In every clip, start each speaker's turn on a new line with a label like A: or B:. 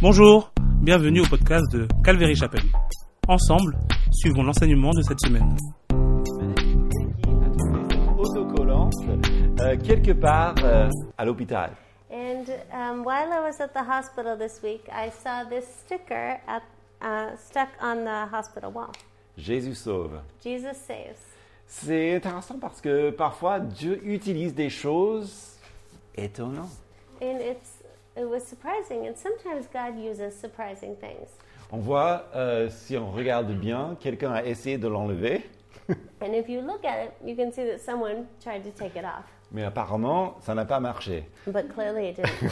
A: Bonjour, bienvenue au podcast de Calvary Chapel. Ensemble, suivons l'enseignement de cette semaine.
B: autocollante euh, quelque part euh, à l'hôpital.
C: And um, while I was at the hospital this week, I saw this sticker at, uh, stuck on the hospital wall
B: Jésus sauve.
C: Jesus saves.
B: C'est intéressant parce que parfois Dieu utilise des choses étonnantes.
C: And it's, it was surprising. And sometimes God uses surprising things.
B: On voit, euh, si on regarde bien, quelqu'un a essayé de l'enlever,
C: And if you look at it, you can see that someone tried to take it off,
B: mais apparemment ça n'a pas marché.
C: but clearly it didn't.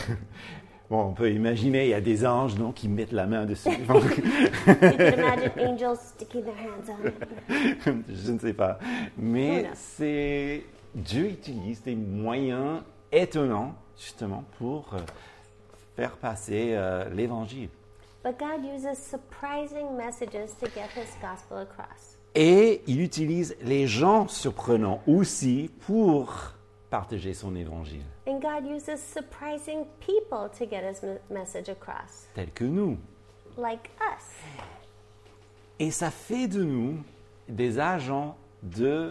B: Bon, on peut imaginer, il y a des anges non, qui mettent la main dessus.
C: You can imagine angels sticking their hands on it.
B: Je ne sais pas. Mais
C: Voilà.
B: c'est Dieu utilise des moyens étonnants justement pour euh, faire passer euh, l'évangile.
C: But God uses surprising messages to get his gospel across.
B: Et il utilise les gens surprenants aussi pour partager son évangile,
C: And God uses surprising people to get his m- message across,
B: tels que nous.
C: like us.
B: Et ça fait de nous des agents de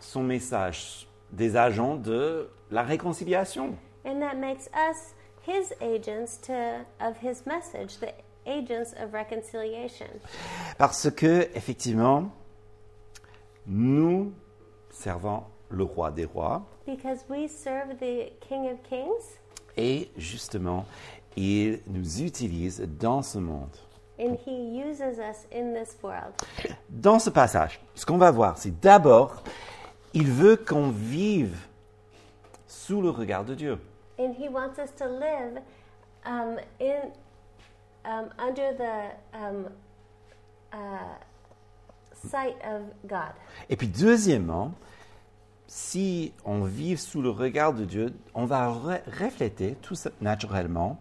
B: son message, des agents de la réconciliation.
C: And that makes us his agents to of his message, the agents of reconciliation.
B: Parce que, effectivement, nous servons le roi des rois
C: Because we serve the King of Kings
B: et justement, il nous utilise dans ce monde.
C: and he uses us in this world.
B: Dans ce passage, ce qu'on va voir, c'est d'abord, il veut qu'on vive sous le regard de Dieu.
C: And he wants us to live um, in um, under the um, uh, sight of God.
B: Et puis deuxièmement, si on vit sous le regard de Dieu, on va re- refléter tout ça naturellement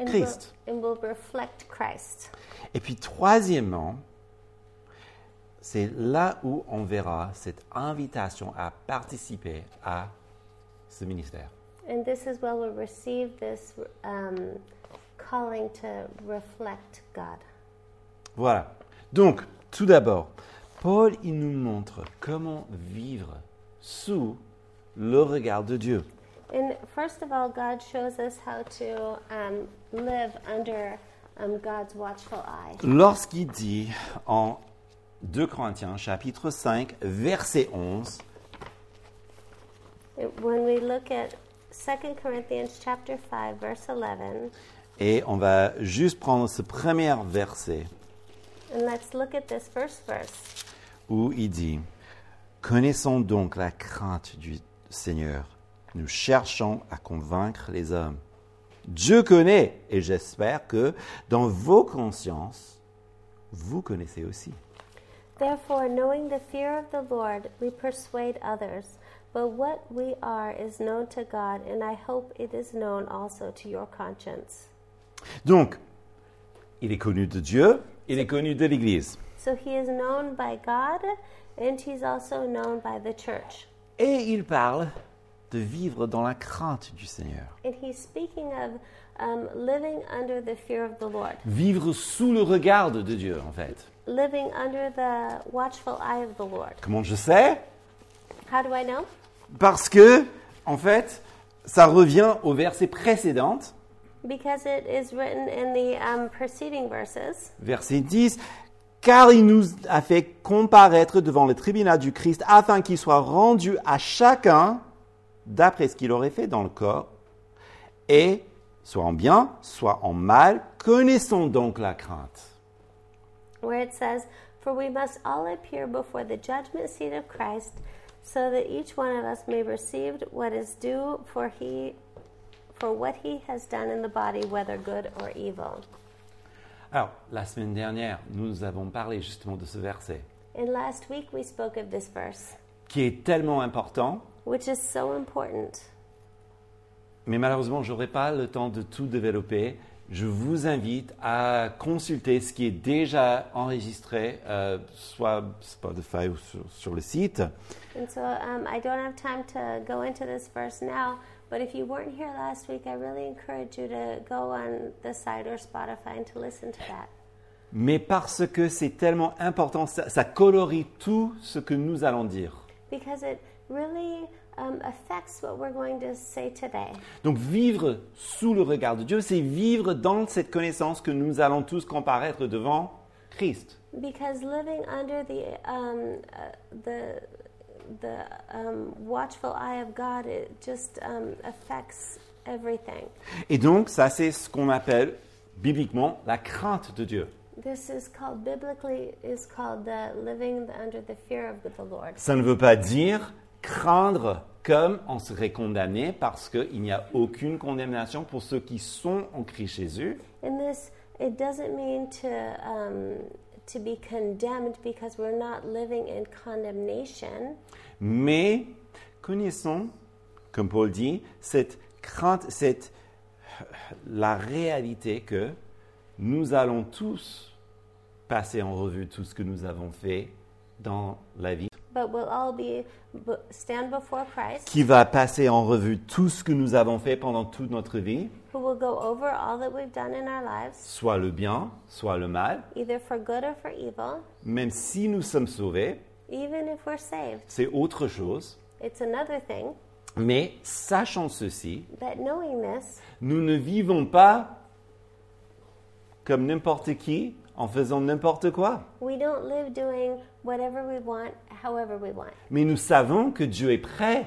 C: And
B: Christ.
C: Will, and will reflect Christ.
B: Et puis troisièmement, c'est là où on verra cette invitation à participer à ce ministère.
C: And this is where we'll receive this um, calling to reflect God.
B: Voilà. Donc, tout d'abord, Paul, il nous montre comment vivre sous le regard de Dieu.
C: And first of all, God shows us how to um, live under um, God's watchful eye.
B: Lorsqu'il dit en 2 Corinthiens chapitre 5, verset 11,
C: It- when we look at 2 Corinthians chapter 5, verse 11,
B: et on va juste prendre ce premier verset
C: and let's look at this first verse.
B: où il dit Connaissons donc la crainte du Seigneur. Nous cherchons à convaincre les hommes. Dieu connaît, et j'espère que dans vos consciences, vous connaissez aussi.
C: Therefore, knowing the fear of the Lord, we persuade others. But what we are is known to God, and I hope it is known also to your conscience.
B: Donc, il est connu de Dieu, il est connu de l'Église.
C: So he is known by God, and he's also known by the church.
B: Et il parle de vivre dans la crainte du Seigneur.
C: And he's speaking of um, living under the fear of the Lord,
B: Vivre sous le regard de Dieu, en fait.
C: living under the watchful eye of the Lord.
B: Comment je sais
C: How do I know?
B: Parce que, en fait, ça revient au verset précédent,
C: Because it is written in the um, preceding verses
B: verset 10. Car il nous a fait comparaître devant le tribunal du Christ afin qu'il soit rendu à chacun d'après ce qu'il aurait fait dans le corps, et soit en bien, soit en mal, connaissons donc la crainte.
C: where it says, For we must all appear before the judgment seat of Christ, so that each one of us may receive what is due for he. For what he has done in the body, whether good or evil.
B: Alors, la semaine dernière, nous avons parlé justement de ce verset,
C: And last week we spoke of this verse,
B: qui est tellement important,
C: which is so important.
B: mais malheureusement, je n'aurai pas le temps de tout développer. Je vous invite à consulter ce qui est déjà enregistré, euh, soit Spotify ou sur, sur le site.
C: And so um, I don't have time to go into this verse now, But if you weren't here last week, I really encourage you to go on the site or Spotify and to listen to that.
B: mais parce que c'est tellement important, ça, ça colorie tout ce que nous allons dire.
C: because it really um, affects what we're going to say today.
B: Donc vivre sous le regard de Dieu, c'est vivre dans cette connaissance que nous allons tous comparaître devant Christ.
C: Because living under the um, uh, the the um, watchful eye of God, it just um, affects everything.
B: Et donc ça, c'est ce qu'on appelle bibliquement la crainte de Dieu.
C: This is called biblically is called the living under the fear of the Lord.
B: Ça ne veut pas dire craindre comme on serait condamné parce qu'il n'y a aucune condamnation pour ceux qui sont en Christ Jésus.
C: In this, it doesn't mean to um, to be condemned because we're not living in condemnation.
B: Mais connaissons, comme Paul dit, cette crainte, cette euh, la réalité que nous allons tous passer en revue tout ce que nous avons fait dans la vie,
C: But we'll all be b- stand before Christ,
B: qui va passer en revue tout ce que nous avons fait pendant toute notre vie,
C: who will go over all that we've done in our lives,
B: soit le bien, soit le mal,
C: either for good or for evil.
B: même si nous sommes sauvés,
C: Even if we're saved,
B: c'est autre chose.
C: it's another thing.
B: Mais sachant ceci,
C: But knowing this,
B: nous ne vivons pas comme n'importe qui en faisant n'importe quoi.
C: we don't live doing whatever we want, however we want.
B: Mais nous savons que Dieu est prêt.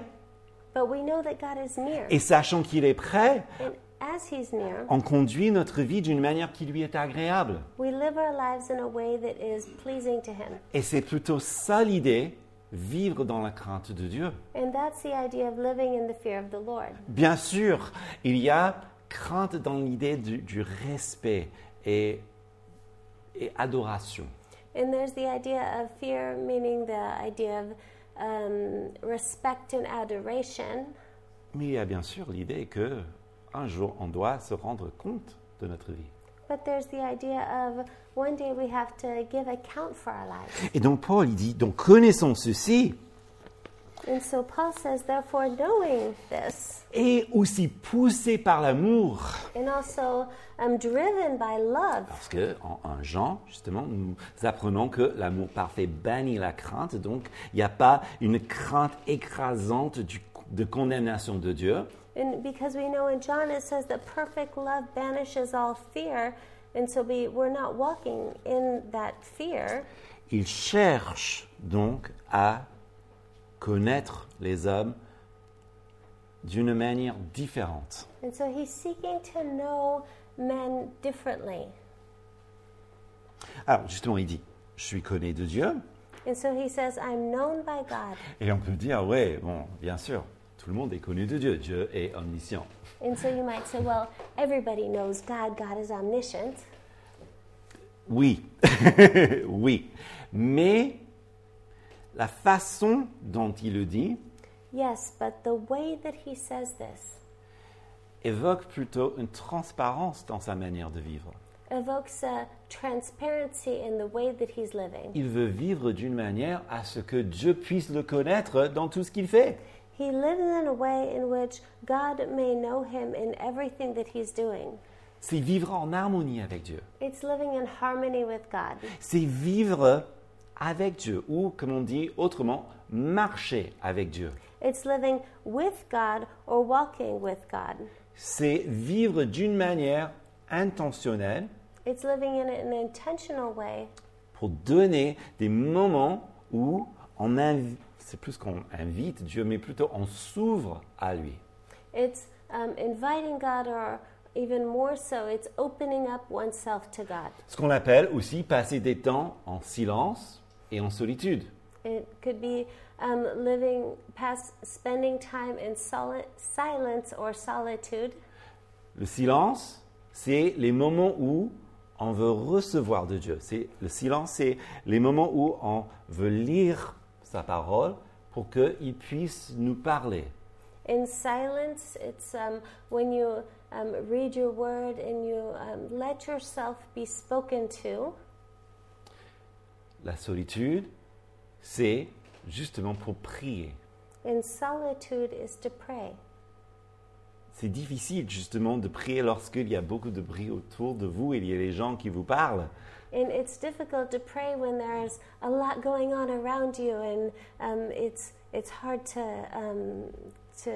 C: But we know that God is near,
B: Et sachant qu'il est prêt,
C: and as He's near,
B: on conduit notre vie d'une manière qui lui est agréable.
C: we live our lives in a way that is pleasing to Him.
B: Et c'est plutôt ça l'idée, vivre dans la crainte de Dieu.
C: And that's the idea of living in the fear of the Lord.
B: Bien sûr, il y a crainte dans l'idée du, du respect et, et adoration.
C: And there's the idea of fear, meaning the idea of um, respect and adoration.
B: Mais il y a bien sûr l'idée que un jour on doit se rendre compte de notre vie.
C: But there's the idea of one day we have to give account for our lives.
B: Et donc Paul, il dit, donc connaissons ceci
C: And so Paul says, therefore, knowing this,
B: et aussi poussé par l'amour.
C: and also I'm driven by love,
B: Parce que en 1 Jean, justement, nous apprenons que l'amour parfait bannit la crainte, donc il n'y a pas une crainte écrasante du- de condamnation de Dieu.
C: and because we know in John it says that perfect love banishes all fear, and so we, we're not walking in that fear.
B: Il cherche donc à connaître les hommes d'une manière différente.
C: And so he's seeking to know men differently.
B: Alors justement, il dit, je suis connu de Dieu,
C: And so he says, I'm known by God.
B: et on peut dire, ouais, bon, bien sûr, tout le monde est connu de Dieu, Dieu est omniscient.
C: And so you might say, well, everybody knows God, God is omniscient.
B: Oui, oui. Mais la façon dont il le dit
C: Yes, but the way that he says this
B: évoque plutôt une transparence dans sa manière de vivre.
C: evokes a transparency in the way that he's living.
B: Il veut vivre d'une manière à ce que Dieu puisse le connaître dans tout ce qu'il fait.
C: He lives in a way in which God may know him in everything that he's doing.
B: C'est vivre en harmonie avec Dieu.
C: It's living in harmony with God.
B: C'est vivre avec Dieu ou, comme on dit autrement, marcher avec Dieu.
C: It's living with God or walking with God.
B: C'est vivre d'une manière intentionnelle
C: It's living in an intentional way
B: pour donner des moments où on invite, c'est plus qu'on invite Dieu, mais plutôt on s'ouvre à lui.
C: It's um, inviting God, or even more so, it's opening up oneself to God.
B: Ce qu'on appelle aussi passer des temps en silence et en solitude.
C: It could be um, living past spending time in soli- silence or solitude.
B: Le silence, c'est les moments où on veut recevoir de Dieu. C'est le silence, c'est les moments où on veut lire sa parole pour qu'il puisse nous parler.
C: In silence, it's um, when you um, read your word and you um, let yourself be spoken to.
B: La solitude, c'est justement pour prier.
C: And solitude is to pray.
B: c'est difficile justement de prier lorsqu'il y a beaucoup de bruit autour de vous et il y a les gens qui vous parlent.
C: And it's difficult to pray when there's a lot going on around you, and um, it's it's hard to um, to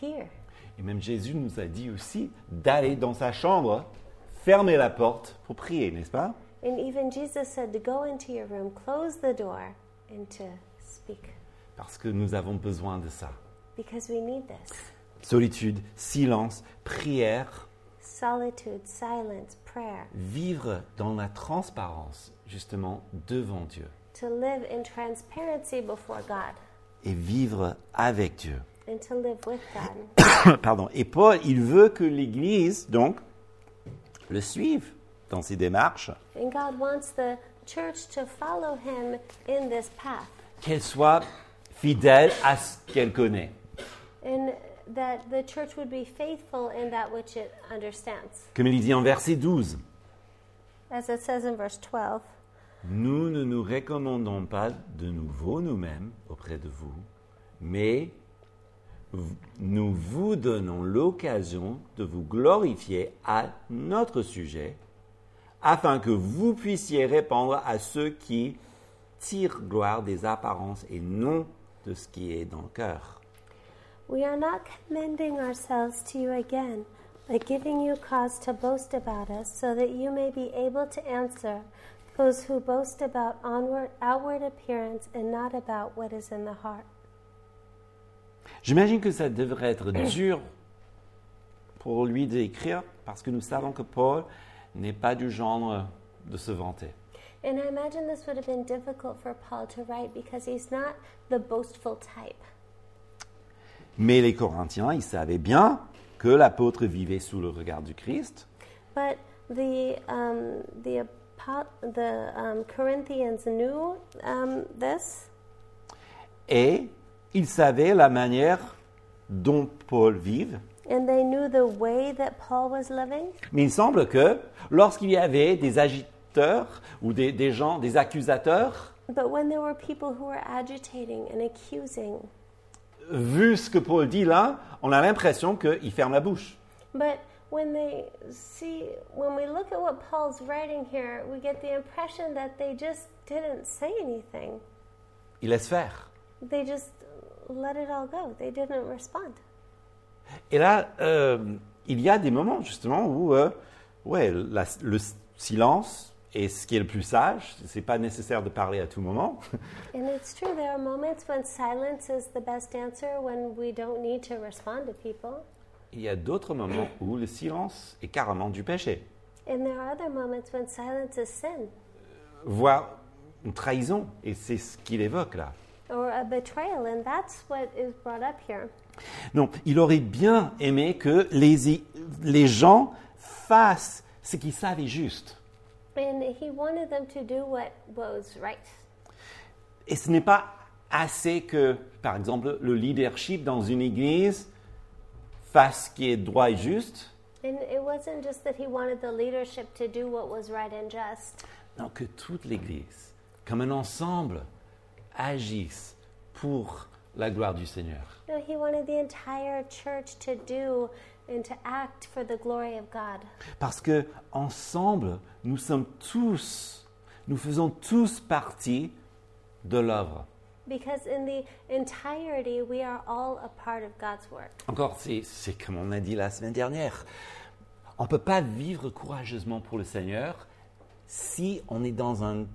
C: hear.
B: Et même Jésus nous a dit aussi d'aller dans sa chambre, fermer la porte pour prier, n'est-ce pas
C: And even Jesus said to go into your room, close the door, and to speak,
B: Parce que nous avons besoin de ça.
C: because we need this
B: Solitude, silence, prière,
C: solitude, silence, prayer,
B: vivre dans la transparence justement devant Dieu
C: to live in transparency before God,
B: et vivre avec Dieu.
C: and to live with God.
B: Pardon. Et Paul, il veut que l'Église, donc, le suive dans ses démarches,
C: and God wants the church to follow Him in this path,
B: qu'elle soit fidèle à ce qu'elle connaît.
C: and that the church would be faithful in that which it understands.
B: Comme il dit en verset 12,
C: As it says in verse 12,
B: Nous ne nous recommandons pas de nouveau nous-mêmes auprès de vous, mais v- nous vous donnons l'occasion de vous glorifier à notre sujet, afin que vous puissiez répondre à ceux qui tirent gloire des apparences et non de ce qui est dans le cœur.
C: we are not commending ourselves to you again, but giving you cause to boast about us, so that you may be able to answer those who boast about onward, outward appearance and not about what is in the heart.
B: J'imagine que ça devrait être dur pour lui d'écrire, parce que nous savons que Paul n'est pas du genre de se vanter.
C: And I imagine this would have been difficult for Paul to write because he's not the boastful type.
B: Mais les Corinthiens, ils savaient bien que l'apôtre vivait sous le regard du Christ
C: But the um, the apo- the um, Corinthians knew um, this.
B: et ils savaient la manière dont Paul vive.
C: And they knew the way that Paul was living.
B: Mais il semble que lorsqu'il y avait des agiteurs ou des, des gens, des accusateurs,
C: But when there were people who were agitating and accusing,
B: vu ce que Paul dit là, on a l'impression qu'il ferme la bouche.
C: but when they see, when we look at what Paul's writing here, we get the impression that they just didn't say anything.
B: Il laisse faire.
C: They just let it all go. They didn't respond.
B: Et là, euh, il y a des moments justement où, euh, ouais, la- le silence est ce qui est le plus sage. C'est pas nécessaire de parler à tout moment.
C: And it's true, there are moments when silence is the best answer when we don't need to respond to people.
B: Il y a d'autres moments où le silence est carrément du péché,
C: And there are other moments when silence is sin
B: voire une trahison, et c'est ce qu'il évoque là.
C: or a betrayal, and that's what is brought up here.
B: Non, il aurait bien aimé que les, les gens fassent ce qu'ils savaient juste.
C: And he wanted them to do what was right.
B: Et ce n'est pas assez que, par exemple, le leadership dans une église fasse ce qui est droit et juste,
C: And it wasn't just that he wanted the leadership to do what was right and just,
B: non, que toute l'église, comme un ensemble, agisse pour la gloire du Seigneur.
C: no, he wanted the entire church to do and to act for the glory of God.
B: Parce que ensemble, nous sommes tous, nous faisons tous partie de l'œuvre.
C: Because in the entirety, we are all a part of God's work.
B: Encore, c'est c'est comme on a dit la semaine dernière. On ne peut pas vivre courageusement pour le Seigneur si on est dans une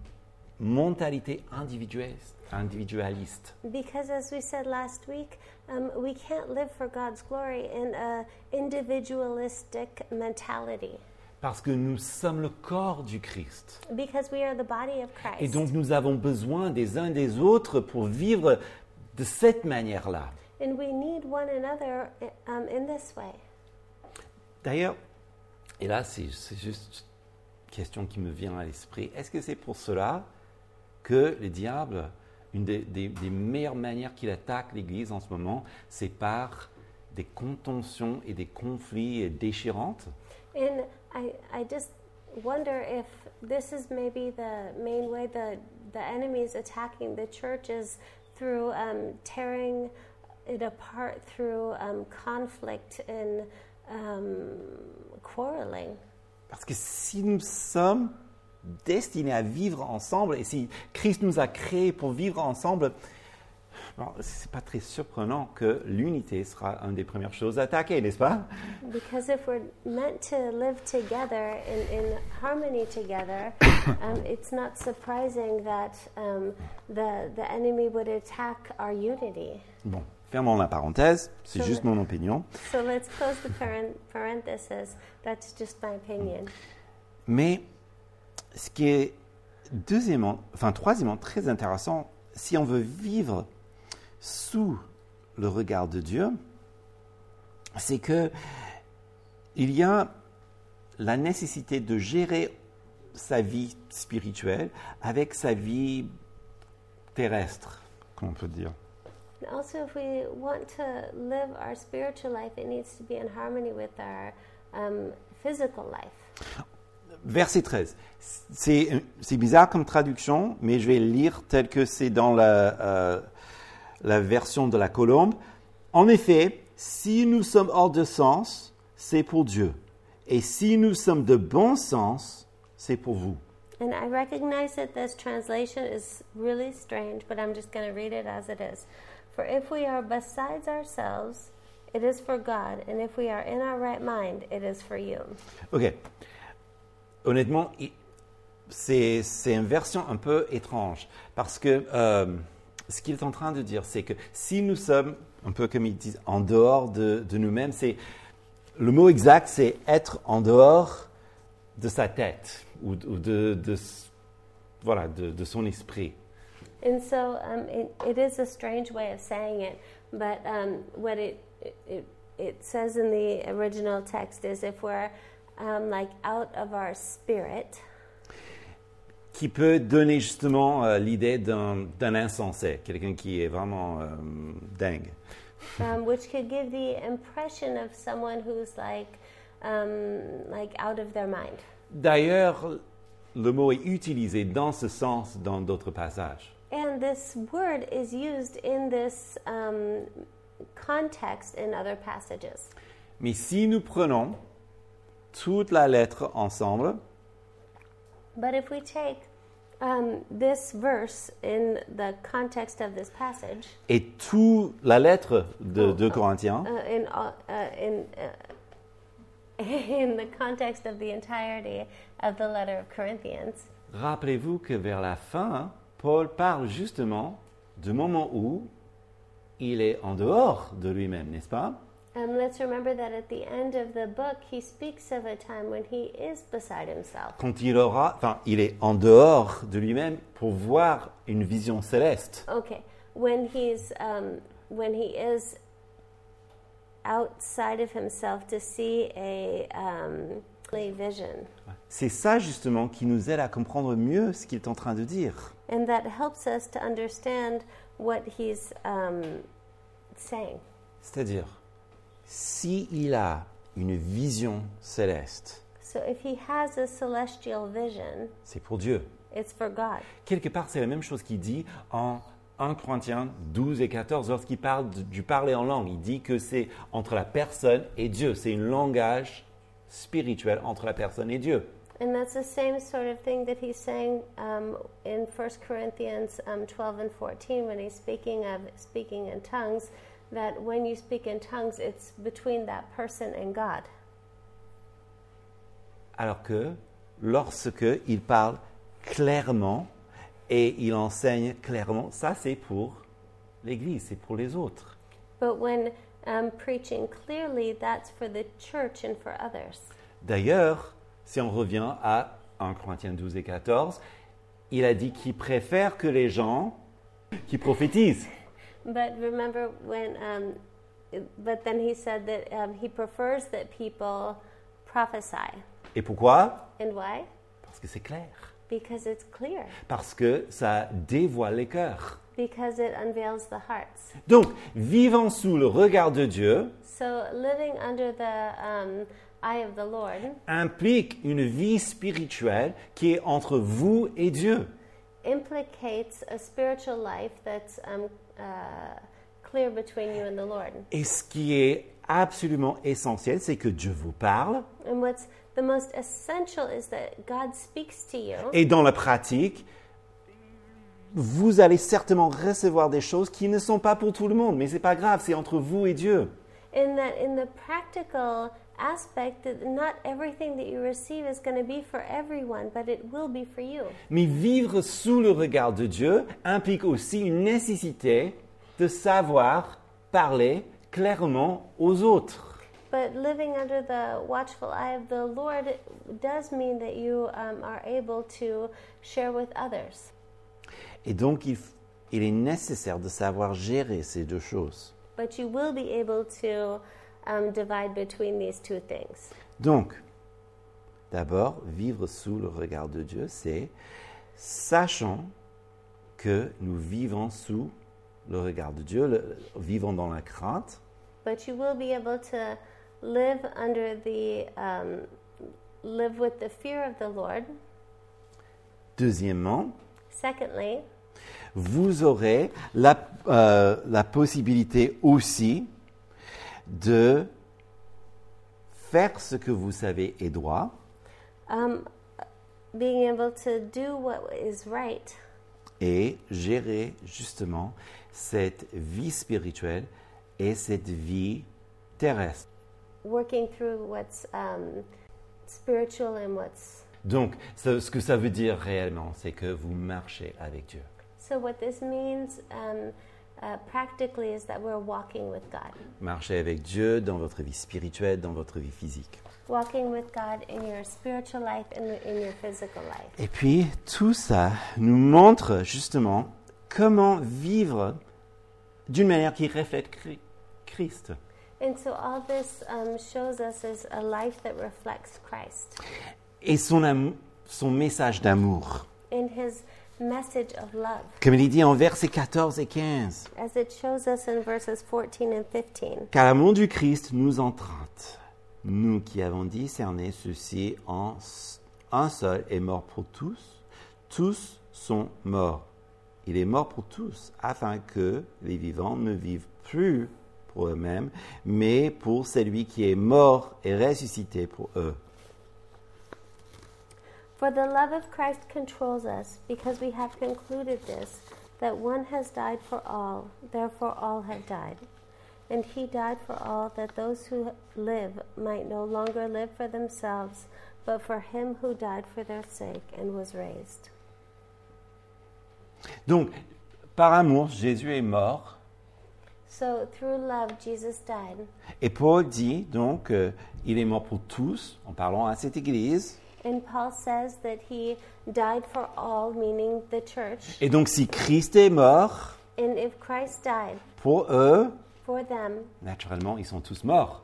B: mentalité individuelle- individualiste.
C: Because as we said last week, um, we can't live for God's glory in a individualistic mentality.
B: Parce que nous sommes le corps du Christ.
C: Because we are the body of Christ.
B: Et donc nous avons besoin des uns des autres pour vivre de cette manière-là.
C: and we need one another um, in this way.
B: D'ailleurs, et là, c'est c'est juste une question qui me vient à l'esprit. Est-ce que c'est pour cela que le diable, une des, des- des meilleures manières qu'il attaque l'Église en ce moment, c'est par des contentions et des conflits déchirantes
C: And I, I just wonder if this is maybe the main way the, the enemy is attacking the church is through um, tearing it apart through um, conflict and um, quarreling.
B: Parce que si nous sommes destinés à vivre ensemble, et si Christ nous a créés pour vivre ensemble, ce n'est pas très surprenant que l'unité sera une des premières choses attaquées, n'est-ce pas
C: Because if we're meant to live together in, in harmony together, um, it's not surprising that um, the, the enemy would attack our unity.
B: Bon, fermons la parenthèse, c'est
C: Sur-
B: juste mon opinion.
C: So let's close the paren- parenthesis. That's just my opinion.
B: Mais ce qui est deuxièmement, enfin troisièmement très intéressant, si on veut vivre sous le regard de Dieu, c'est que il y a la nécessité de gérer sa vie spirituelle avec sa vie terrestre, comme on peut dire.
C: And also, if we want to live our spiritual life, it needs to be in harmony with our um, physical life.
B: Verset 13. C'est c'est bizarre comme traduction, mais je vais lire tel que c'est dans la, euh, la version de la colombe. En effet, si nous sommes hors de sens, c'est pour Dieu. Et si nous sommes de bon sens, c'est pour vous.
C: And I recognize that this translation is really strange, but I'm just going to read it as it is. For if we are besides ourselves, it is for God, and if we are in our right mind, it is for you.
B: Ok. Honnêtement, il- c'est c'est une version un peu étrange parce que euh, ce qu'il est en train de dire, c'est que si nous sommes, un peu comme ils disent, en dehors de, de nous-mêmes, c'est le mot exact, c'est être en dehors de sa tête ou, ou de, de s- voilà, de- de son esprit.
C: And so um, it, it is a strange way of saying it, but um, what it, it, it says in the original text is if we're um, like out of our spirit,
B: qui peut donner justement euh, l'idée d'un d'un insensé, quelqu'un qui est vraiment euh, dingue.
C: um, which could give the impression of someone who's like, um, like out of their mind.
B: D'ailleurs, le mot est utilisé dans ce sens dans d'autres passages.
C: And this word is used in this um, context in other passages.
B: Mais si nous prenons toute la lettre ensemble,
C: But if we take um, this verse in the context of this passage,
B: et toute la lettre de 2 Corinthiens,
C: uh, in all- uh, in uh, in the context of the entirety of the letter of Corinthians,
B: rappelez-vous que vers la fin, Paul parle justement du moment où il est en dehors de lui-même, n'est-ce pas
C: um, let's remember that at the end of the book, he speaks of a time when he is beside himself,
B: Quand il aura, enfin, il est en dehors de lui-même pour voir une vision céleste.
C: Okay, when he's um, when he is outside of himself to see a um, a vision,
B: C'est ça justement qui nous aide à comprendre mieux ce qu'il est en train de dire.
C: and that helps us to understand what he's um, saying.
B: C'est-à-dire, s'il a une vision céleste,
C: So if he has a celestial vision,
B: c'est pour Dieu.
C: it's for God.
B: Quelque part, c'est la même chose qu'il dit en 1 Corinthiens 12 et 14 lorsqu'il parle du- du parler en langue. Il dit que c'est entre la personne et Dieu. C'est un langage spirituel entre la personne et Dieu.
C: And that's the same sort of thing that he's saying um, in 1 Corinthians um, 12 and 14 when he's speaking of speaking in tongues, that when you speak in tongues, it's between that person and God.
B: Alors que lorsque il parle clairement et il enseigne clairement, ça c'est pour l'Église, c'est pour les autres.
C: But when um, preaching clearly, that's for the church and for others.
B: D'ailleurs, si on revient à 1 Corinthiens 12 et 14, il a dit qu'il préfère que les gens qui prophétisent.
C: But remember when, um, it- but then he said that um, he prefers that people prophesy.
B: Et pourquoi
C: And why?
B: Parce que c'est clair.
C: Because it's clear,
B: Parce que ça dévoile les cœurs.
C: because it unveils the hearts.
B: Donc, vivant sous le regard de Dieu
C: So living under the um, eye of the Lord
B: implique une vie spirituelle qui est entre vous et Dieu.
C: implicates a spiritual life that's um, uh, clear between you and the Lord.
B: Et ce qui est absolument essentiel, c'est que Dieu vous parle.
C: And what's the most essential is that God speaks to you.
B: Et dans la pratique, vous allez certainement recevoir des choses qui ne sont pas pour tout le monde, mais c'est pas grave, c'est entre vous et Dieu.
C: In that, in the practical aspect, that not everything that you receive is going to be for everyone, but it will be for you.
B: Mais vivre sous le regard de Dieu implique aussi une nécessité de savoir parler clairement aux autres.
C: But living under the watchful eye of the Lord does mean that you um, are able to share with others.
B: Et donc, il, f- il est nécessaire de savoir gérer ces deux choses.
C: But you will be able to um, divide between these two things.
B: Donc, d'abord, vivre sous le regard de Dieu, c'est sachant que nous vivons sous le regard de Dieu, le- vivons dans la crainte,
C: But you will be able to live under the, um, live with the fear of the Lord.
B: Deuxièmement,
C: Secondly,
B: vous aurez la, euh, la possibilité aussi de faire ce que vous savez est droit
C: um, being able to do what is right
B: et gérer justement cette vie spirituelle et cette vie terrestre.
C: working through what's um, spiritual and what's
B: Donc, ce ce que ça veut dire réellement, c'est que vous marchez avec Dieu.
C: so what this means um, uh, practically is that we're walking with god
B: Marchez avec Dieu dans votre vie spirituelle, dans votre vie physique.
C: walking with god in your spiritual life and in your physical life
B: Et puis, tout ça nous montre justement comment vivre d'une manière qui reflète Chri- Christ.
C: and so all this um, shows us is a life that reflects christ
B: Et son, am- son message d'amour.
C: in his message of love
B: Comme il est dit en versets 14 et 15.
C: as it shows us in verses 14 and 15
B: Car l'amour du Christ nous emprunte. Nous qui avons discerné ceci en s- un seul est mort pour tous, tous sont morts. Il est mort pour tous, afin que les vivants ne vivent plus pour eux-mêmes, mais pour celui qui est mort et ressuscité pour eux.
C: For the love of Christ controls us, because we have concluded this, that one has died for all, therefore all have died. And he died for all, that those who live might no longer live for themselves, but for him who died for their sake and was raised.
B: Donc, par amour, Jésus est mort.
C: So through love, Jesus died.
B: Et Paul dit donc euh, il est mort pour tous, en parlant à cette Église.
C: And Paul says that he died for all, meaning the church.
B: Et donc, si Christ est mort
C: And if Christ died
B: pour eux,
C: for them,
B: Naturellement, ils sont tous morts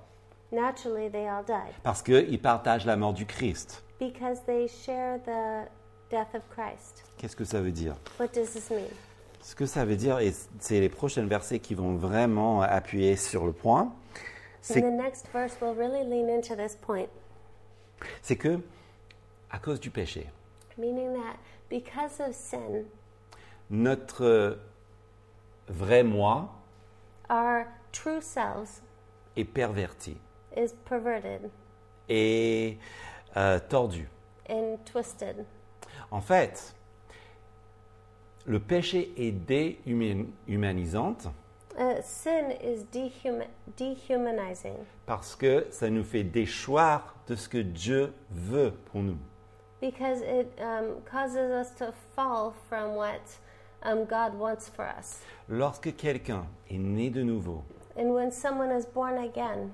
C: naturally they all died.
B: parce qu'ils partagent la mort du Christ.
C: Because they share the death of Christ.
B: Qu'est-ce que ça veut dire
C: What does this mean?
B: Ce que ça veut dire, et c'est les prochains versets qui vont vraiment appuyer sur le point,
C: And the
B: c'est
C: next verse will really lean into this point,
B: c'est que, à cause du péché,
C: meaning that because of sin,
B: notre vrai moi
C: our true selves
B: est perverti
C: is perverted
B: et euh, tordu.
C: and twisted.
B: En fait, le péché est déhumanisante
C: Uh, sin is dehuma- dehumanizing
B: parce que ça nous fait déchoir de ce que Dieu veut pour nous.
C: because it um, causes us to fall from what um, God wants for us.
B: Lorsque quelqu'un est né de nouveau,
C: And when someone is born again,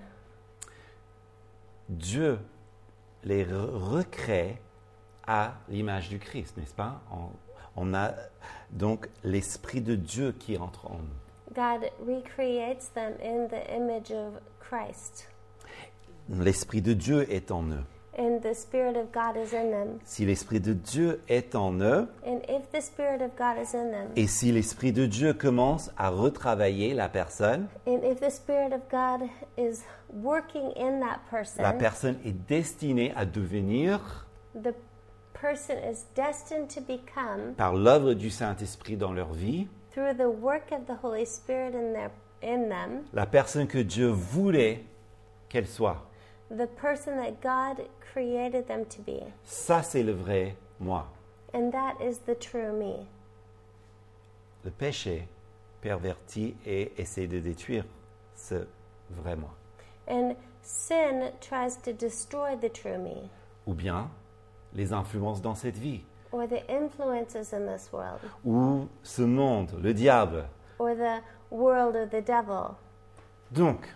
B: Dieu les re- recrée à l'image du Christ, n'est-ce pas on, on a donc l'Esprit de Dieu qui entre en nous.
C: God recreates them in the image of Christ.
B: L'Esprit de Dieu est en eux.
C: and the Spirit of God is in them.
B: Si l'Esprit de Dieu est en eux,
C: And if the Spirit of God is in them,
B: et si l'Esprit de Dieu commence à retravailler la personne,
C: and if the Spirit of God is working in that
B: la
C: person,
B: personne est destinée à devenir,
C: the person is destined to become,
B: par l'œuvre du Saint-Esprit dans leur vie,
C: through the work of the Holy Spirit in their in them,
B: la personne que Dieu voulait qu'elle soit.
C: the person that God created them to be.
B: Ça, c'est le vrai moi.
C: And that is the true me.
B: Le péché pervertit et essaie de détruire ce vrai moi.
C: And sin tries to destroy the true me
B: Ou bien les influences dans cette vie,
C: or the influences in this world
B: ou ce monde, le diable.
C: or the world or the devil.
B: Donc,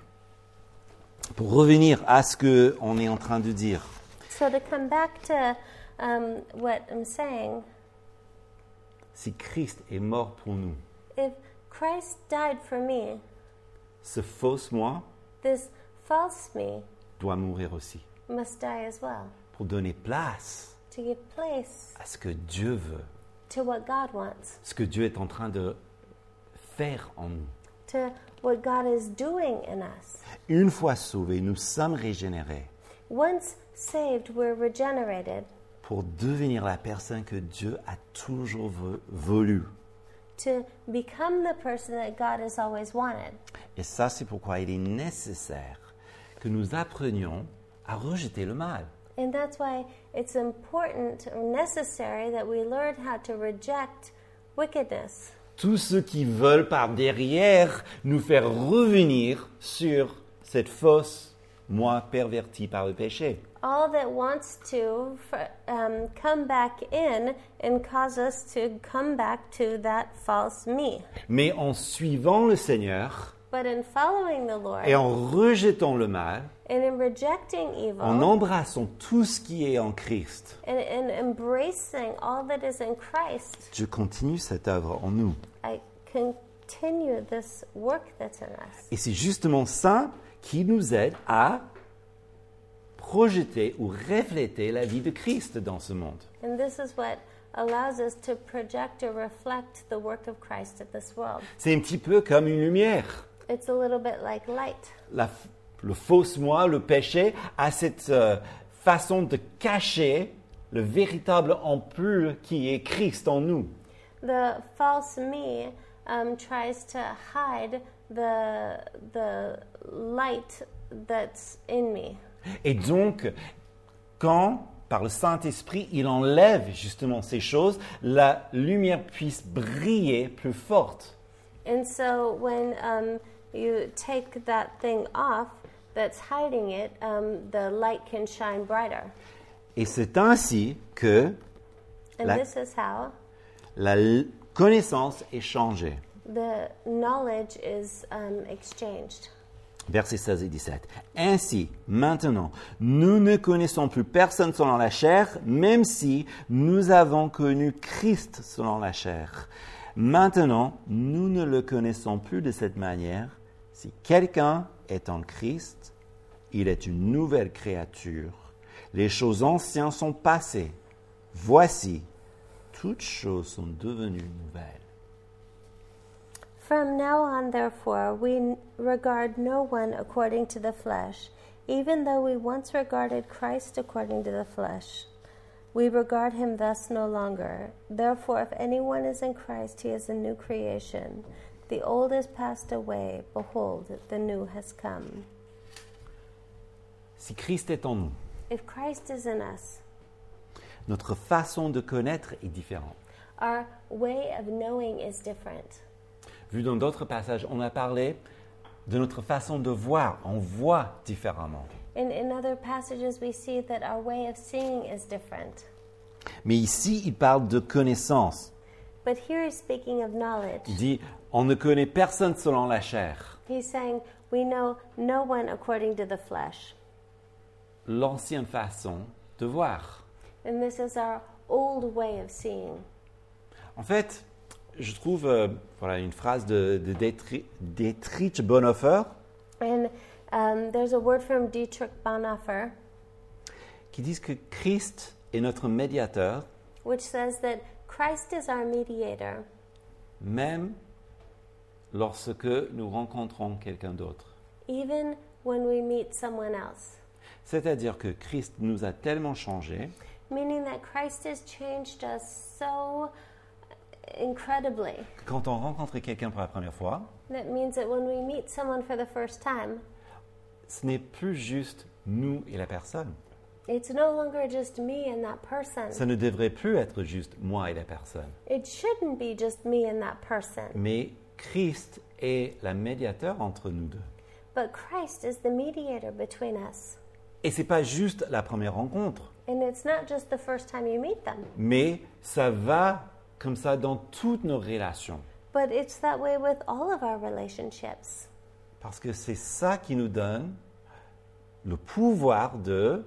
B: pour revenir à ce que on est en train de dire,
C: So, to come back to um, what I'm saying,
B: si Christ est mort pour nous,
C: if Christ died for me,
B: ce fausse moi
C: this false me
B: doit mourir aussi
C: must die as well
B: pour donner place
C: to give place
B: à ce que Dieu veut,
C: to what God wants,
B: ce que Dieu est en train de faire en nous.
C: to what God is doing in us.
B: Une fois sauvés, nous sommes régénérés
C: Once saved, we're regenerated
B: pour devenir la personne que Dieu a toujours veu- voulu.
C: to become the person that God has always wanted.
B: Et ça, c'est pourquoi il est nécessaire que nous apprenions à rejeter le mal.
C: And that's why it's important or necessary that we learn how to reject wickedness.
B: Tous ceux qui veulent par derrière nous faire revenir sur cette fausse moi pervertie par le péché.
C: All that wants to fr- um, come back in and cause us to come back to that false me.
B: Mais en suivant le Seigneur
C: But in following the Lord
B: et en rejetant le mal,
C: and in rejecting
B: en
C: evil
B: embrassant tout ce qui est en Christ,
C: and, and embracing all that is in Christ,
B: Dieu continue cette œuvre en nous.
C: I continue this work that's in us.
B: Et c'est justement ça qui nous aide à projeter ou refléter la vie de Christ dans ce monde.
C: And this is what allows us to project or reflect the work of Christ in this world.
B: C'est un petit peu comme une lumière.
C: It's a little bit like light.
B: La f- le fausse moi, le péché, a cette euh, façon de cacher le véritable ampoule qui est Christ en nous.
C: The false me um, tries to hide the the light that's in me.
B: Et donc, quand, par le Saint-Esprit, il enlève justement ces choses, la lumière puisse briller plus forte.
C: And so when um, you take that thing off that's hiding it, um, the light can shine brighter.
B: Et c'est ainsi que
C: And
B: Light.
C: this is how
B: la l- connaissance est changée.
C: the knowledge is um, exchanged.
B: Versets 16 et 17. Ainsi, maintenant, nous ne connaissons plus personne selon la chair, même si nous avons connu Christ selon la chair. Maintenant, nous ne le connaissons plus de cette manière. Si quelqu'un est en Christ, il est une nouvelle créature. Les choses anciennes sont passées. Voici, toutes choses sont devenues nouvelles.
C: From now on, therefore, we n- regard no one according to the flesh, even though we once regarded Christ according to the flesh. We regard him thus no longer. Therefore, if anyone is in Christ, he is a new creation. The old is passed away. Behold, the new has come.
B: Si Christ est en nous,
C: If Christ is in us,
B: notre façon de connaître est différente.
C: our way of knowing is different.
B: Vu dans d'autres passages, on a parlé de notre façon de voir. On voit différemment.
C: In, in other passages, we see that our way of seeing is different.
B: Mais ici, il parle de connaissance.
C: But here he's speaking of knowledge.
B: Il dit, on ne connaît personne selon la chair.
C: He's saying, We know no one according to the flesh.
B: L'ancienne façon de voir.
C: And this is our old way of seeing.
B: En fait, je trouve euh, voilà, une phrase de, de Dietri- Dietrich Bonhoeffer
C: And um, there's a word from Dietrich Bonhoeffer
B: qui dit que Christ est notre médiateur,
C: which says that Christ is our mediator,
B: même lorsque nous rencontrons quelqu'un d'autre.
C: even when we meet someone else.
B: C'est-à-dire que Christ nous a tellement changés
C: Meaning that Christ has changed us so incredibly.
B: Quand on rencontre quelqu'un pour la première fois,
C: That means that when we meet someone for the first time,
B: ce n'est plus juste nous et la personne.
C: it's no longer just me and that person.
B: Ça ne devrait plus être juste moi et la personne.
C: It shouldn't be just me and that person,
B: Mais Christ est la médiateur entre nous deux.
C: but Christ is the mediator between us.
B: Et c'est pas juste la première rencontre,
C: And it's not just the first time you meet them,
B: mais ça va comme ça dans toutes nos relations.
C: but it's that way with all of our relationships.
B: Parce que c'est ça qui nous donne le pouvoir de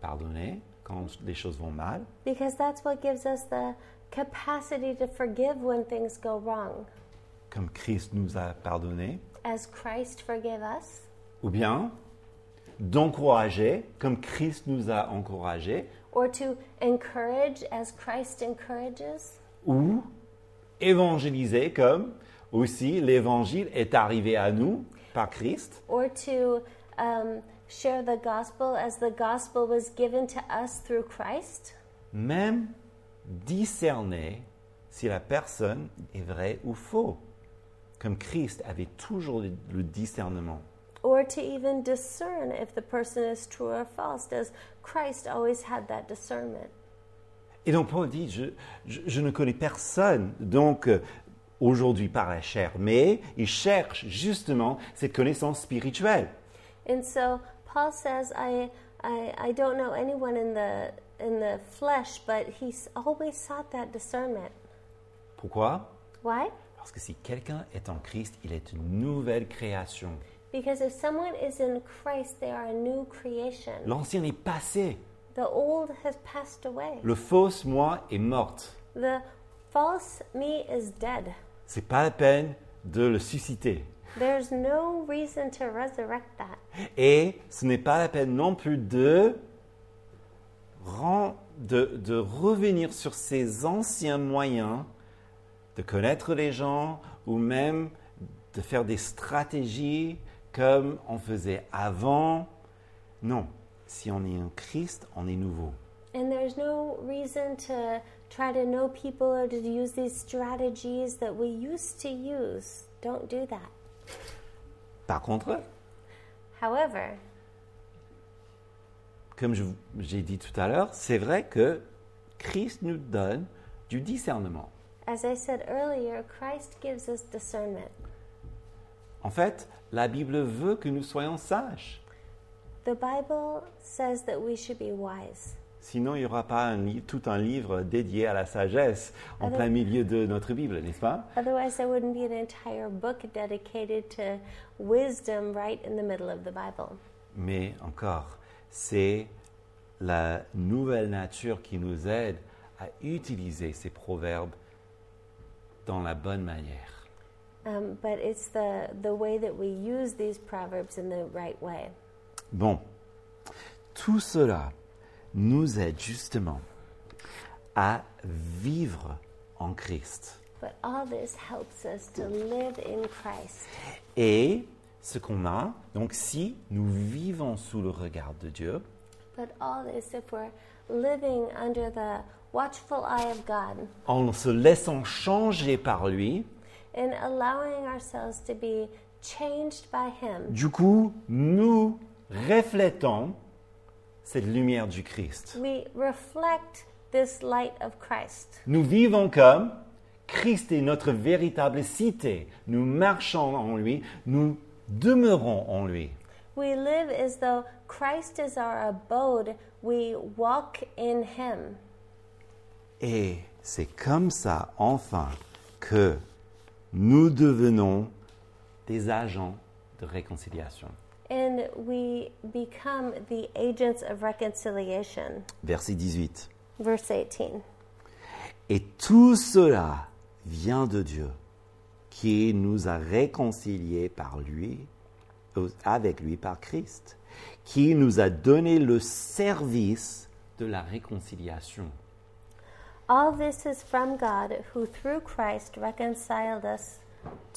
B: pardonner quand les choses vont mal,
C: Because that's what gives us the capacity to forgive when things go wrong,
B: comme Christ nous a pardonné,
C: as Christ forgave us,
B: ou bien d'encourager, comme Christ nous a encouragés,
C: or to encourage as Christ encourages,
B: ou évangéliser, comme aussi l'évangile est arrivé à nous par Christ.
C: or to um, share the gospel as the gospel was given to us through Christ,
B: Même discerner si la personne est vraie ou faux, comme Christ avait toujours le le discernement.
C: or to even discern if the person is true or false, as Christ always had that discernment.
B: Et donc Paul dit, je, je- je ne connais personne, donc euh, aujourd'hui par la chair, mais il cherche justement cette connaissance spirituelle.
C: And so Paul says, I, I, I don't know anyone in the, in the flesh, but he's always sought that discernment.
B: Pourquoi
C: Why?
B: Parce que si quelqu'un est en Christ, il est une nouvelle création.
C: Because if someone is in Christ, they are a new creation.
B: L'ancien est passé,
C: The old has passed away.
B: le fausse moi est morte.
C: The false me is dead.
B: C'est pas la peine de le susciter.
C: There's no reason to resurrect that.
B: Et ce n'est pas la peine non plus de, ren- de, de revenir sur ces anciens moyens de connaître les gens ou même de faire des stratégies comme on faisait avant. Non, si on est en Christ, on est nouveau.
C: And there's no reason to try to know people or to use these strategies that we used to use. Don't do that.
B: Par contre,
C: However,
B: comme je vous- j'ai dit tout à l'heure, c'est vrai que Christ nous donne du discernement.
C: As I said earlier, Christ gives us discernment.
B: En fait, la Bible veut que nous soyons sages.
C: The Bible says that we should be wise.
B: Sinon, il n'y aura pas un li- tout un livre dédié à la sagesse en
C: Alors-
B: plein milieu de notre Bible, n'est-ce pas
C: Otherwise, there wouldn't be an entire book dedicated to wisdom right in the middle of the Bible.
B: Mais encore, c'est la nouvelle nature qui nous aide à utiliser ces proverbes dans la bonne manière.
C: Um, but it's the, the way that we use these proverbs in the right way.
B: Bon, tout cela nous aide justement à vivre en Christ.
C: But all this helps us to live in Christ.
B: Et ce qu'on a, donc si nous vivons sous le regard de Dieu,
C: But all this, if we're living under the watchful eye of God
B: en se laissant changer par lui,
C: and allowing ourselves to be changed by Him.
B: du coup, nous reflétons cette lumière du Christ.
C: We reflect this light of Christ.
B: Nous vivons comme Christ est notre véritable cité. Nous marchons en lui, nous demeurons en lui.
C: We live as though Christ is our abode. We walk in Him.
B: Et c'est comme ça, enfin, que nous devenons des agents de réconciliation.
C: And we become the agents of reconciliation.
B: Verset 18.
C: Verse 18.
B: Et tout cela vient de Dieu, qui nous a réconciliés par lui, euh, avec lui par Christ, qui nous a donné le service de la réconciliation.
C: All this is from God, who through Christ reconciled us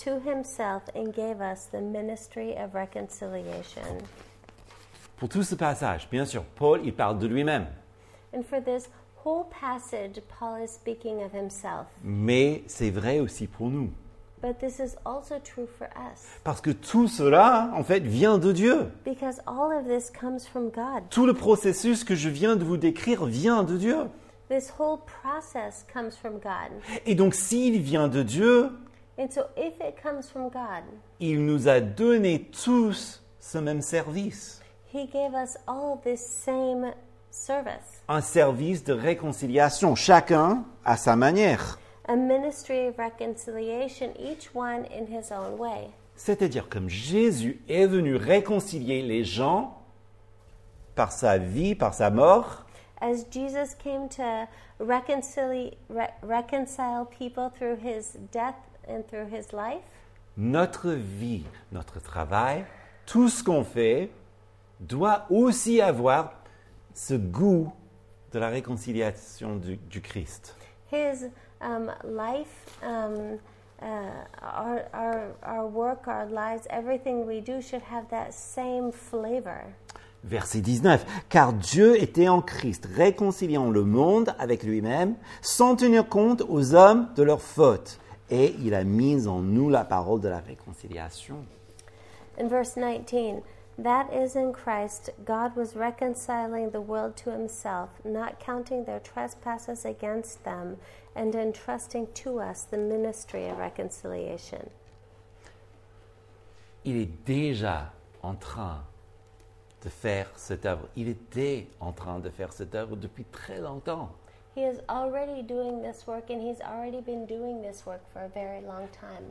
C: to Himself and gave us the ministry of reconciliation.
B: Pour tout ce passage, bien sûr, Paul, il parle de lui-même.
C: And for this whole passage, Paul is speaking of himself.
B: Mais c'est vrai aussi pour nous.
C: But this is also true for us
B: Parce que tout cela, en fait, vient de Dieu.
C: because all of this comes from God.
B: Tout le processus que je viens de vous décrire vient de Dieu.
C: This whole process comes from God.
B: Et donc s'il vient de Dieu,
C: And so if it comes from God,
B: il nous a donné tous ce même service.
C: He gave us all this same service
B: Un service de réconciliation, chacun à sa manière.
C: a ministry of reconciliation, each one in his own way.
B: C'est-à-dire comme Jésus est venu réconcilier les gens par sa vie, par sa mort,
C: As Jesus came to reconcile, re- reconcile people through his death and through his life,
B: notre vie, notre travail, tout ce qu'on fait doit aussi avoir ce goût de la réconciliation du, du Christ.
C: his um, life, um, uh, our, our, our work, our lives, everything we do should have that same flavor.
B: Verset 19. Car Dieu était en Christ, réconciliant le monde avec lui-même, sans tenir compte aux hommes de leurs fautes. Et il a mis en nous la parole de la réconciliation.
C: In verse 19, that is in Christ, God was reconciling the world to himself, not counting their trespasses against them, and entrusting to us the ministry of reconciliation.
B: Il est déjà en train de faire cette œuvre. Il était en train de faire cette œuvre depuis très longtemps.
C: He is already doing this work, and he's already been doing this work for a very long time.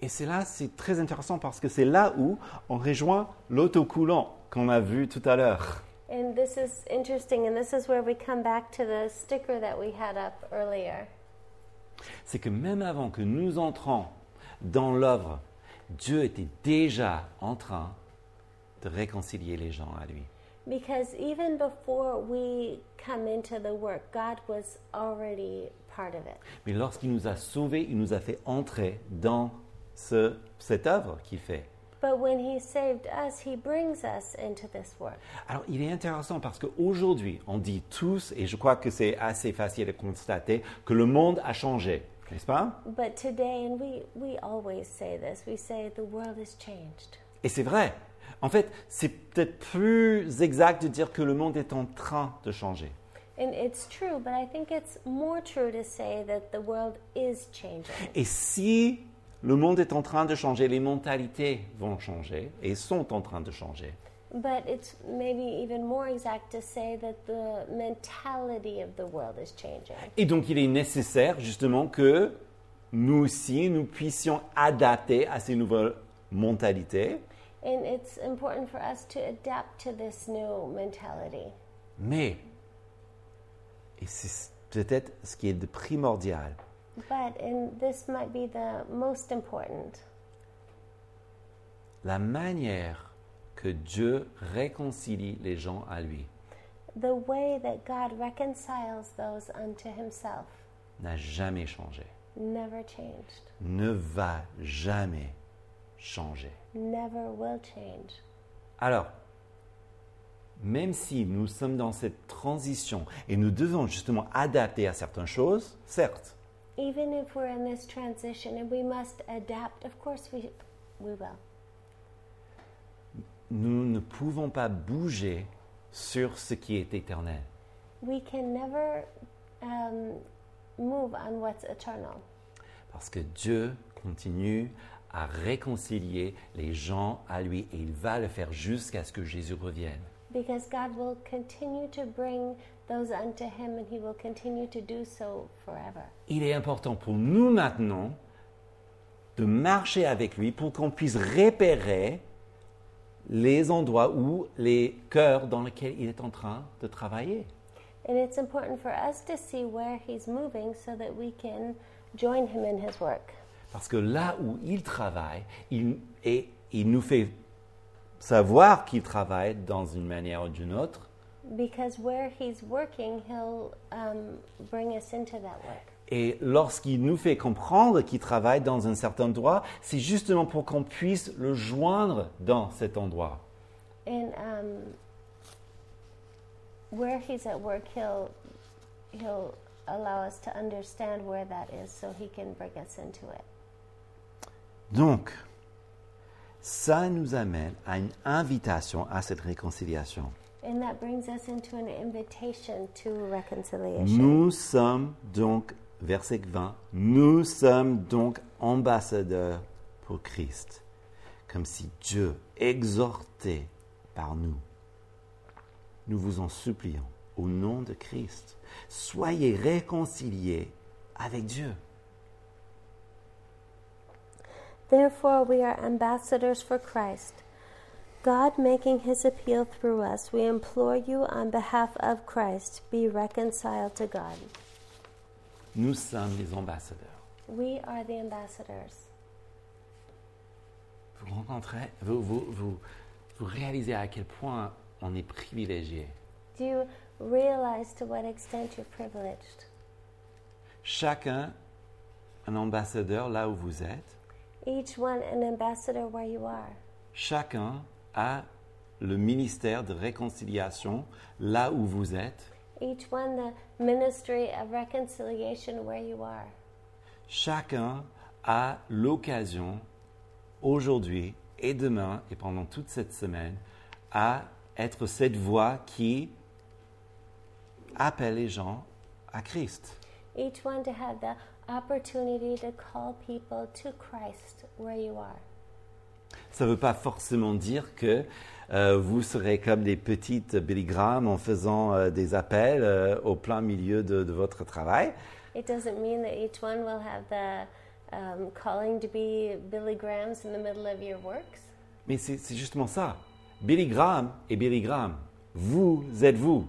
B: Et c'est là, c'est très intéressant parce que c'est là où on rejoint l'autocoulant qu'on a vu tout à l'heure.
C: And this is interesting, and this is where we come back to the sticker that we had up earlier.
B: c'est que même avant que nous entrons dans l'œuvre, Dieu était déjà en train de réconcilier les gens à lui.
C: Because even before we come into the work, God was already part of it.
B: Mais lorsqu'il nous a sauvés, il nous a fait entrer dans ce- cette œuvre qu'il fait.
C: But when he saved us, he brings us into this work.
B: Alors il est intéressant parce qu'aujourd'hui, on dit tous, et je crois que c'est assez facile de constater, que le monde a changé, n'est-ce pas
C: But today, and we, we always say this, we say the world has changed.
B: Et c'est vrai. En fait, c'est peut-être plus exact de dire que le monde est en train de changer.
C: And it's true, but I think it's more true to say that the world is changing.
B: Et si le monde est en train de changer, les mentalités vont changer et sont en train de changer.
C: But it's maybe even more exact to say that the mentality of the world is changing.
B: Et donc il est nécessaire justement que nous aussi, nous puissions adapter à ces nouvelles mentalités,
C: And it's important for us to adapt to this new mentality.
B: mais, et c'est peut-être ce qui est de primordial,
C: But, and this might be the most important.
B: la manière que Dieu réconcilie les gens à lui
C: the way that God reconciles those unto himself
B: n'a jamais changé,
C: never changed,
B: ne va jamais changer.
C: never will change.
B: Alors, même si nous sommes dans cette transition et nous devons justement adapter à certaines choses, certes,
C: Even if we're in this transition and we must adapt, of course we, we will.
B: nous ne pouvons pas bouger sur ce qui est éternel.
C: We can never um, move on what's eternal
B: Parce que Dieu continue à réconcilier les gens à lui et il va le faire jusqu'à ce que Jésus revienne.
C: because God will continue to bring those unto him and he will continue to do so forever.
B: Il est important pour nous maintenant de marcher avec lui pour qu'on puisse repérer les endroits ou les cœurs dans lesquels il est en train de travailler.
C: And it's important for us to see where he's moving so that we can join him in his work.
B: Parce que là où il travaille, il, et il nous fait savoir qu'il travaille dans une manière ou d'une autre,
C: Because where he's working, he'll um, bring us into that work.
B: et lorsqu'il nous fait comprendre qu'il travaille dans un certain endroit, c'est justement pour qu'on puisse le joindre dans cet endroit.
C: And um, where he's at work, he'll he'll allow us to understand where that is so he can bring us into it.
B: Donc, ça nous amène à une invitation à cette réconciliation.
C: And that brings us into an invitation to reconciliation.
B: Nous sommes donc, verset 20, nous sommes donc ambassadeurs pour Christ, comme si Dieu exhortait par nous. Nous vous en supplions, au nom de Christ, soyez réconciliés avec Dieu.
C: Therefore, we are ambassadors for Christ. God making his appeal through us, we implore you on behalf of Christ, be reconciled to God.
B: Nous sommes les ambassadeurs.
C: We are the ambassadors.
B: Vous rencontrez, vous, vous, vous, vous réalisez à quel point on est privilégié.
C: Do you realize to what extent you're privileged?
B: Chacun un ambassadeur là où vous êtes.
C: Each one an ambassador where you are.
B: Chacun a le ministère de réconciliation là où vous êtes.
C: Each one the ministry of reconciliation where you are.
B: Chacun a l'occasion aujourd'hui et demain et pendant toute cette semaine à être cette voix qui appelle les gens à Christ.
C: Each one to have the opportunity to call people to Christ where you are.
B: Ça ne veut pas forcément dire que euh, vous serez comme des petites Billy Graham en faisant euh, des appels euh, au plein milieu de, de votre travail.
C: It doesn't mean that each one will have the um, calling to be Billy Grahams in the middle of your works.
B: Mais c'est c'est justement ça. Billy Graham est Billy Graham. Vous êtes vous.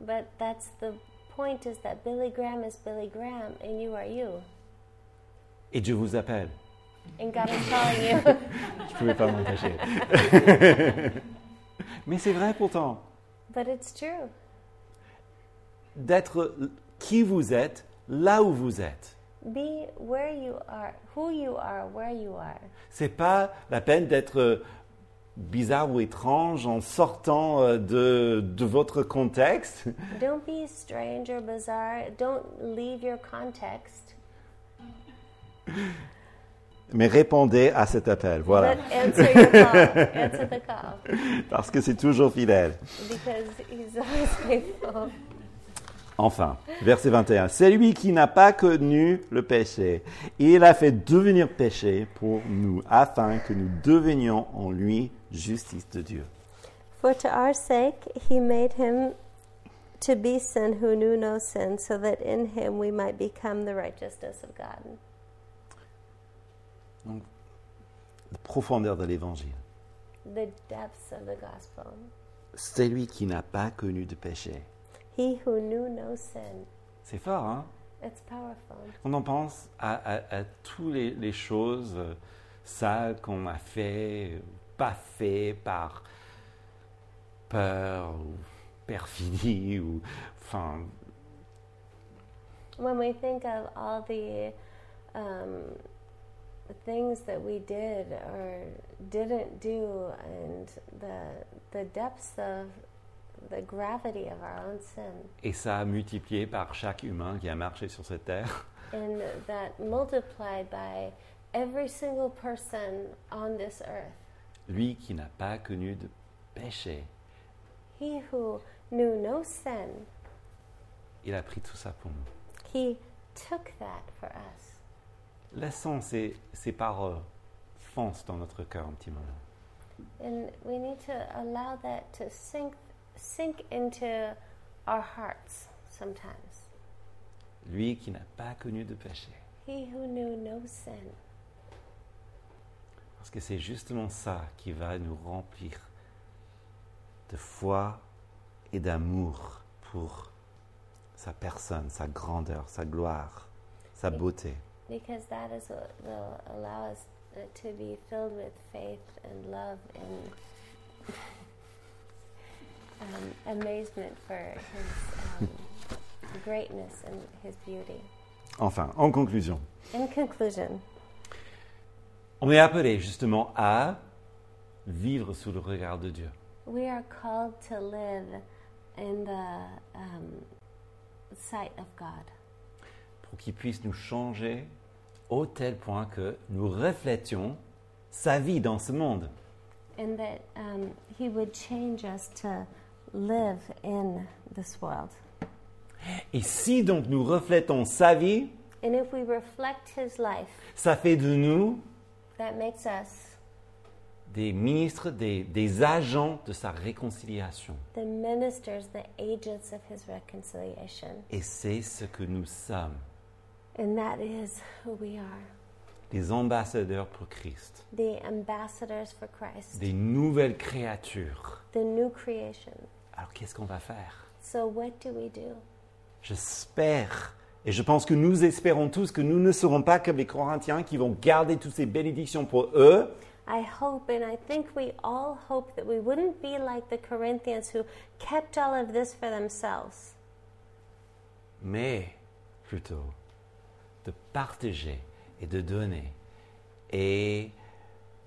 C: But that's the point is that Billy Graham is Billy Graham and you are you.
B: Et Dieu vous appelle.
C: And God is calling you.
B: Je ne pouvais pas m'en cacher. Mais c'est vrai pourtant.
C: but it's true.
B: D'être qui vous êtes, là où vous êtes.
C: Be where you are, who you are, where you are.
B: C'est pas la peine d'être euh, bizarre ou étrange en sortant euh, de, de votre contexte.
C: Don't be strange or bizarre. Don't leave your context.
B: Mais répondez à cet appel, voilà.
C: But answer your call. Answer the call.
B: Parce que c'est toujours fidèle.
C: Because he's always faithful.
B: Enfin, verset 21. C'est lui qui n'a pas connu le péché. Il a fait devenir péché pour nous, afin que nous devenions en lui justice de Dieu.
C: For to our sake he made him to be sin who knew no sin, so that in him we might become the righteousness of God.
B: La profondeur de l'évangile.
C: The depths of the gospel.
B: C'est lui qui n'a pas connu de péché.
C: He who knew no sin.
B: C'est fort, hein?
C: It's powerful.
B: Quand on pense à, à, à toutes les, les choses euh, sales qu'on a fait, euh, pas fait par peur ou perfidie ou enfin
C: When we think of all the um, things that we did or didn't do, and the the depths of the gravity of our own sin,
B: et ça a multiplié par chaque humain qui a marché sur cette terre
C: and that multiplied by every single person on this earth,
B: lui qui n'a pas connu de péché
C: he who knew no sin,
B: il a pris tout ça pour nous
C: he took that for us.
B: laissons ces, ces paroles foncent dans notre cœur un petit moment
C: And we need to allow that to sink sink into our hearts sometimes.
B: lui qui n'a pas connu de péché
C: He who knew no sin,
B: Parce que c'est justement ça qui va nous remplir de foi et d'amour pour sa personne, sa grandeur, sa gloire, sa beauté.
C: because that is what will allow us uh, to be filled with faith and love and um, amazement for his um, greatness and his beauty.
B: Enfin, en conclusion,
C: In conclusion,
B: on est appelé justement à vivre sous le regard de Dieu.
C: we are called to live in the um, sight of God,
B: pour qu'il puisse nous changer au tel point que nous reflétions sa vie dans ce monde.
C: and that um, He would change us to live in this world.
B: Et si donc nous reflétons sa vie,
C: And if we reflect His life,
B: ça fait de nous
C: that makes us
B: des ministres, des, des agents de sa réconciliation.
C: the ministers, the agents of His reconciliation.
B: Et c'est ce que nous sommes,
C: And that is who we are
B: des ambassadeurs pour Christ,
C: the ambassadors for Christ,
B: des nouvelles créatures.
C: the new creation.
B: Alors qu'est-ce qu'on va faire
C: So, what do we do?
B: J'espère, et je pense que nous espérons tous que nous ne serons pas comme les Corinthiens qui vont garder toutes ces bénédictions pour eux,
C: I hope and I think we all hope that we wouldn't be like the Corinthians who kept all of this for themselves,
B: mais plutôt de partager et de donner et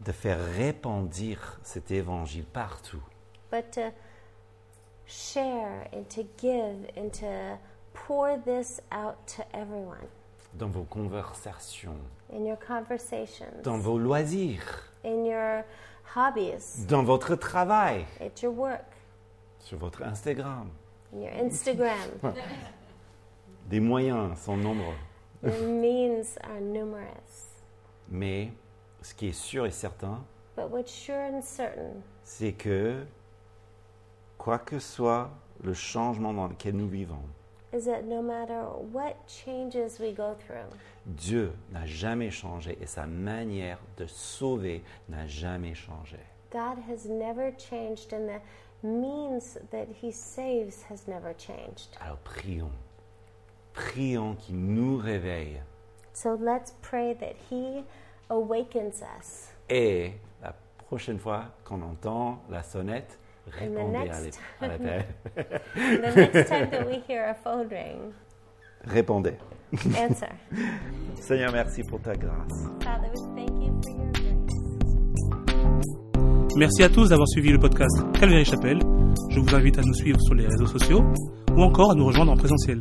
B: de faire répandir cet évangile partout.
C: but to share and to give and to pour this out to everyone
B: dans vos conversations,
C: in your conversations,
B: dans vos loisirs,
C: in your hobbies,
B: dans votre travail,
C: at your work,
B: sur votre Instagram.
C: in your Instagram.
B: Des moyens sont nombreux.
C: your means are numerous.
B: Mais ce qui est sûr et certain,
C: But what's sure and certain
B: c'est que, quoi que soit le changement dans lequel nous vivons,
C: is that no matter what changes we go through,
B: Dieu n'a jamais changé et sa manière de sauver n'a jamais changé.
C: God has never changed, and the means that He saves has never changed.
B: Alors prions. Prions qu'il nous réveille
C: So let's pray that He awakens us.
B: Et la prochaine fois qu'on entend la sonnette, répondez à l'é-
C: next
B: à l'appel.
C: And the next time that we hear a phone ring,
B: Répondez.
C: answer.
B: Seigneur, merci pour ta grâce.
C: Father, we thank you for your grace.
A: Merci à tous d'avoir suivi le podcast Calvary Chapelle. Je vous invite à nous suivre sur les réseaux sociaux ou encore à nous rejoindre en présentiel.